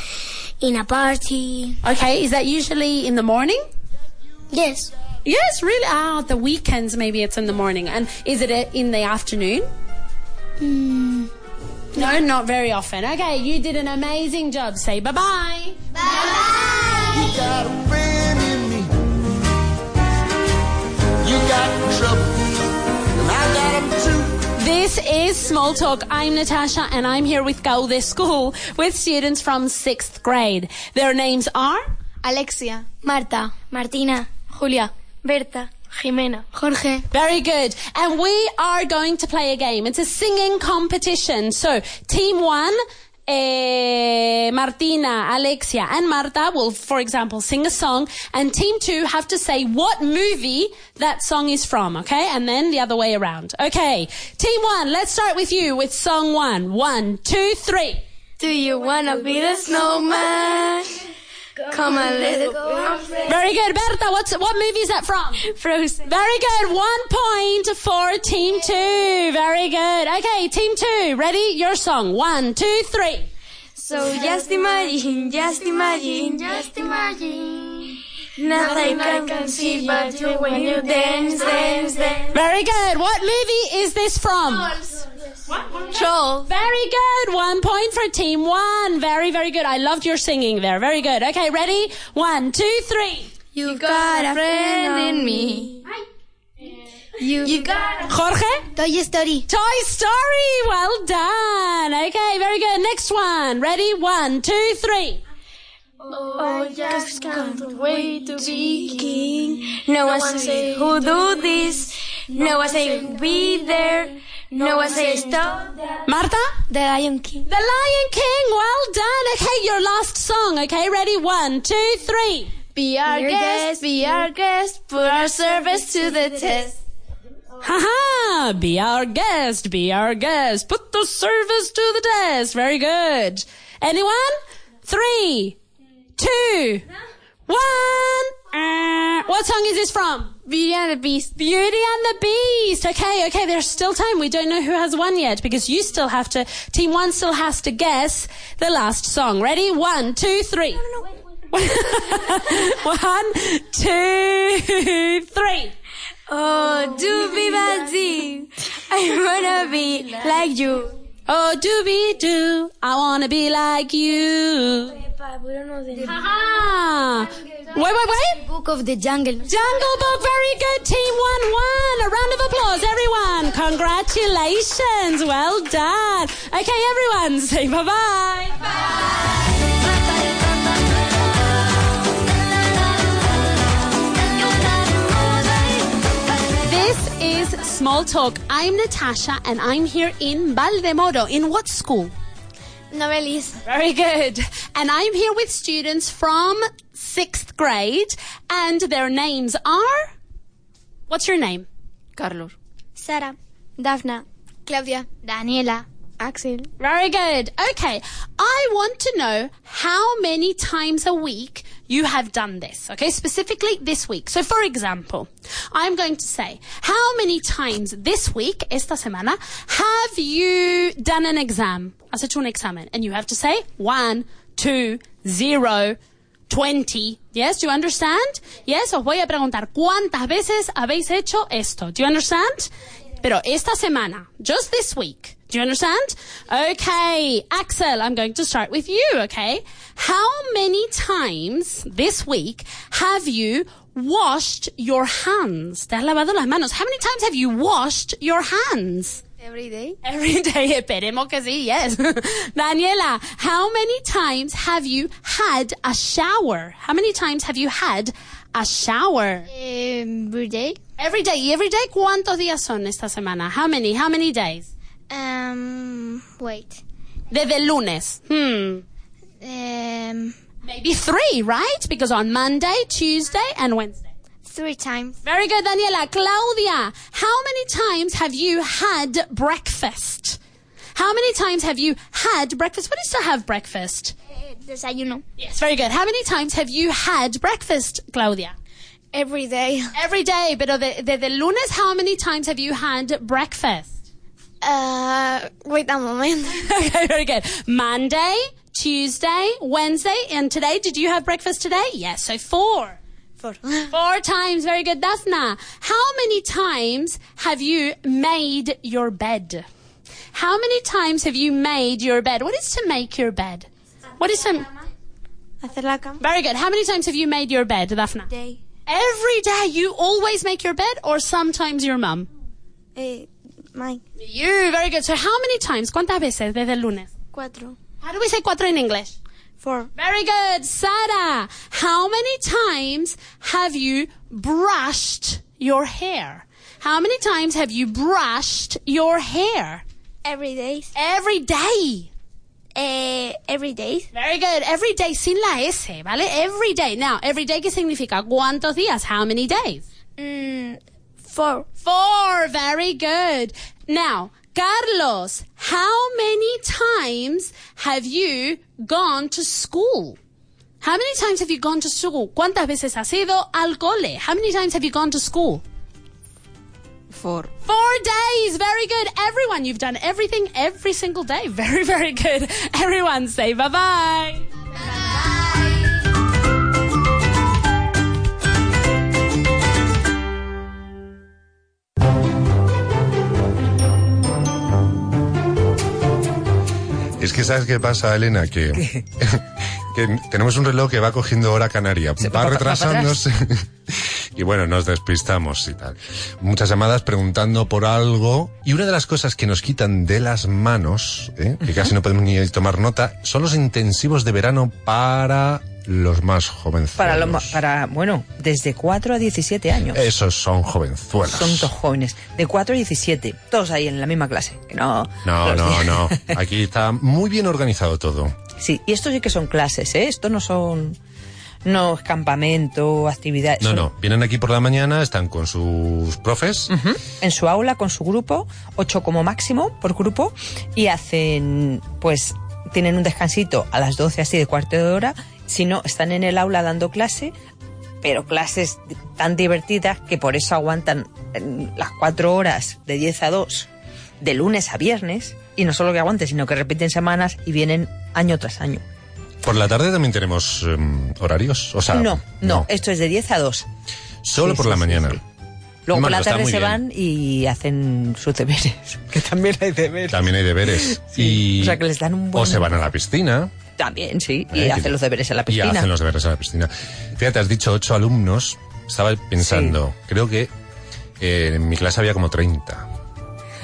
in a party.
Okay, is that usually in the morning?
Yes.
Yes, really. Ah, the weekends maybe it's in the morning. And is it uh, in the afternoon?
Mm.
No, not very often. Okay, you did an amazing job. Say bye bye.
You got a friend in me. You got trouble, and I got 'em too.
This is Small Talk. I'm Natasha and I'm here with Gaude School with students from sixth grade. Their names are?
Alexia, Marta, Martina, Julia, Berta, Jimena, Jorge.
Very good. And we are going to play a game. It's a singing competition. So, team one, eh, Martina, Alexia, and Marta will, for example, sing a song, and team two have to say what movie that song is from, okay? And then the other way around. Okay. Team one, let's start with you with song one. One, two, three.
Do you wanna be the snowman? Come and let it go.
Very good, Berta. What's what movie is that from?
Frozen.
Very good. One point for team two. Very good. Okay, team two. Ready? Your song. One, two, three.
So just imagine, just imagine, just imagine. Nothing I can see but you when you dance, dance, dance.
Very good. What movie is this
Oh,
from?
Troll.
Very good. One point for team one. Very, very good. I loved your singing there. Very good. Okay, ready? One, two, three.
You got a friend in me. You, got
Jorge?
Toy Story.
Toy Story. Well done. Okay, very good. Next one. Ready? One, two, three.
Oh, I just can't wait to be king. No one say who do this. No one say be there. No one say stop.
Marta?
The Lion King.
The Lion King. Well done. Okay, your last song. Okay, ready? One, two, three.
Be our guest, be our guest. Put our service to the test.
Haha! Be our guest, be our guest. Put the service to the test. Very good. Anyone? Three, two, one. Uh, What song is this from?
Beauty and the Beast.
Beauty and the Beast. Okay, okay, there's still time. We don't know who has won yet because you still have to, team one still has to guess the last song. Ready? One, two, three. One, two, three.
Oh, doobie bazzy, I wanna be like you.
Oh, doobie doo, I wanna be like you. Haha! Wait, wait, wait!
Book of the Jungle.
Jungle Book, very good. Team 1 1. A round of applause, everyone. Congratulations. Well done. Okay, everyone, say bye bye. This is Small Talk. I'm Natasha and I'm here in Valdemoro. In what school?
Novelis.
Very good. And I'm here with students from sixth grade and their names are. What's your name? Carlos.
Sara. Daphna. Claudia. Daniela. Axel.
Very good. Okay. I want to know how many times a week you have done this. Okay. Specifically this week. So for example, I'm going to say, how many times this week, esta semana, have you done an exam? Has hecho un examen. And you have to say one, two, zero, 20. Yes, do you understand? Yes, os voy a preguntar cuántas veces habéis hecho esto. Do you understand? Pero esta semana, just this week. Do you understand? Okay, Axel, I'm going to start with you, okay? How many times this week have you washed your hands? Te has lavado las manos. How many times have you washed your hands?
Every day.
Every day, esperemos que sí, yes. Daniela, how many times have you had a shower? How many times have you had a shower?
Every day.
Every day, ¿Y every day, ¿cuántos días son esta semana? How many, how many days?
Um, wait.
Desde el lunes. Hmm.
Um,
Maybe three, right? Because on Monday, Tuesday, and Wednesday.
three times.
Very good, Daniela. Claudia, how many times have you had breakfast? How many times have you had breakfast? What is to have breakfast?
Uh, Desayuno.
Yes, very good. How many times have you had breakfast, Claudia?
Every day.
Every day, pero de- desde el lunes, how many times have you had breakfast?
Uh, wait a moment.
okay, very good. Monday, Tuesday, Wednesday, and today. Did you have breakfast today? Yes, so four.
Four.
Four times. Very good, Daphna. How many times have you made your bed? How many times have you made your bed? What is to make your bed? What is to...
Hacer la cama.
Very good. How many times have you made your bed, Daphna?
Day.
Every day you always make your bed or sometimes your mum?
Eh, mine.
You, very good. So how many times? ¿Cuántas veces desde el lunes?
Cuatro.
How do we say cuatro in English?
Four.
Very good. Sara, how many times have you brushed your hair? How many times have you brushed your hair?
Every day.
Every day.
Eh, every day.
Very good. Every day sin la S, ¿vale? Every day. Now, every day, ¿qué significa? ¿Cuántos días? How many days?
Mm, four.
Four. Very good. Now, Carlos, how many times have you gone to school? How many times have you gone to school? ¿Cuántas veces has ido al cole? How many times have you gone to school?
Four.
Four days. Very good. Everyone, you've done everything every single day. Very, very good. Everyone, say bye bye.
Es que sabes qué pasa, Elena, que, que tenemos un reloj que va cogiendo hora canaria,
va
va,
pa- va pa'
retrasándose. Y bueno, nos despistamos y tal. Muchas llamadas preguntando por algo. Y una de las cosas que nos quitan de las manos, ¿eh? que casi no podemos ni tomar nota, son los intensivos de verano para los más jovenzuelos.
Para, lo, ma- para, bueno, desde 4 a 17 años.
Esos son jovenzuelos.
Son dos jóvenes, de 4 a 17, todos ahí en la misma clase. Que no,
No,
los
no,
días-
no. Aquí está muy bien organizado todo.
Sí, y esto sí que son clases, ¿eh? Esto no son. No es campamento, actividades.
No,
son
no. Vienen aquí por la mañana, están con sus profes.
En su aula, con su grupo, ocho como máximo por grupo, y hacen, pues, tienen un descansito a las 12 así de cuarto de hora. Si no, están en el aula dando clase, pero clases tan divertidas que por eso aguantan eh, las cuatro horas de 10 a 2 de lunes a viernes, y no solo que aguanten, sino que repiten semanas y vienen año tras año.
Por la tarde también tenemos em, horarios. O sea,
no, no, esto es de 10 a 2.
solo
Sí,
por
sí,
la
sí,
mañana.
sí. Luego por
Bueno,
la
pues está
tarde
muy
se
bien.
van y hacen sus deberes. Que también hay deberes.
También hay deberes. Y...
O sea, que les dan un buen-
O se van a la piscina.
También, sí. Y
¿eh?
hacen los deberes en la piscina.
Y hacen los deberes en la piscina. Fíjate, has dicho ocho alumnos. Estaba pensando, creo que eh, en mi clase había como 30.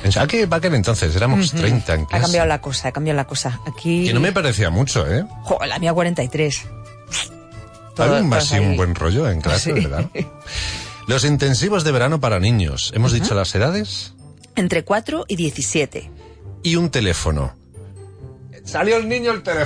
Pensaba que va aquel entonces éramos 30 en
Ha
clase.
cambiado la cosa, ha cambiado la cosa. Aquí.
Que no me parecía mucho, ¿eh?
Jo, la mía 43. Todo-
Había un,
todo
así un
ahí.
buen rollo en clase,
Sí.
¿verdad? Los intensivos de verano para niños. Hemos dicho las edades
Entre 4 y 17.
y un teléfono. Salió el niño el teléfono.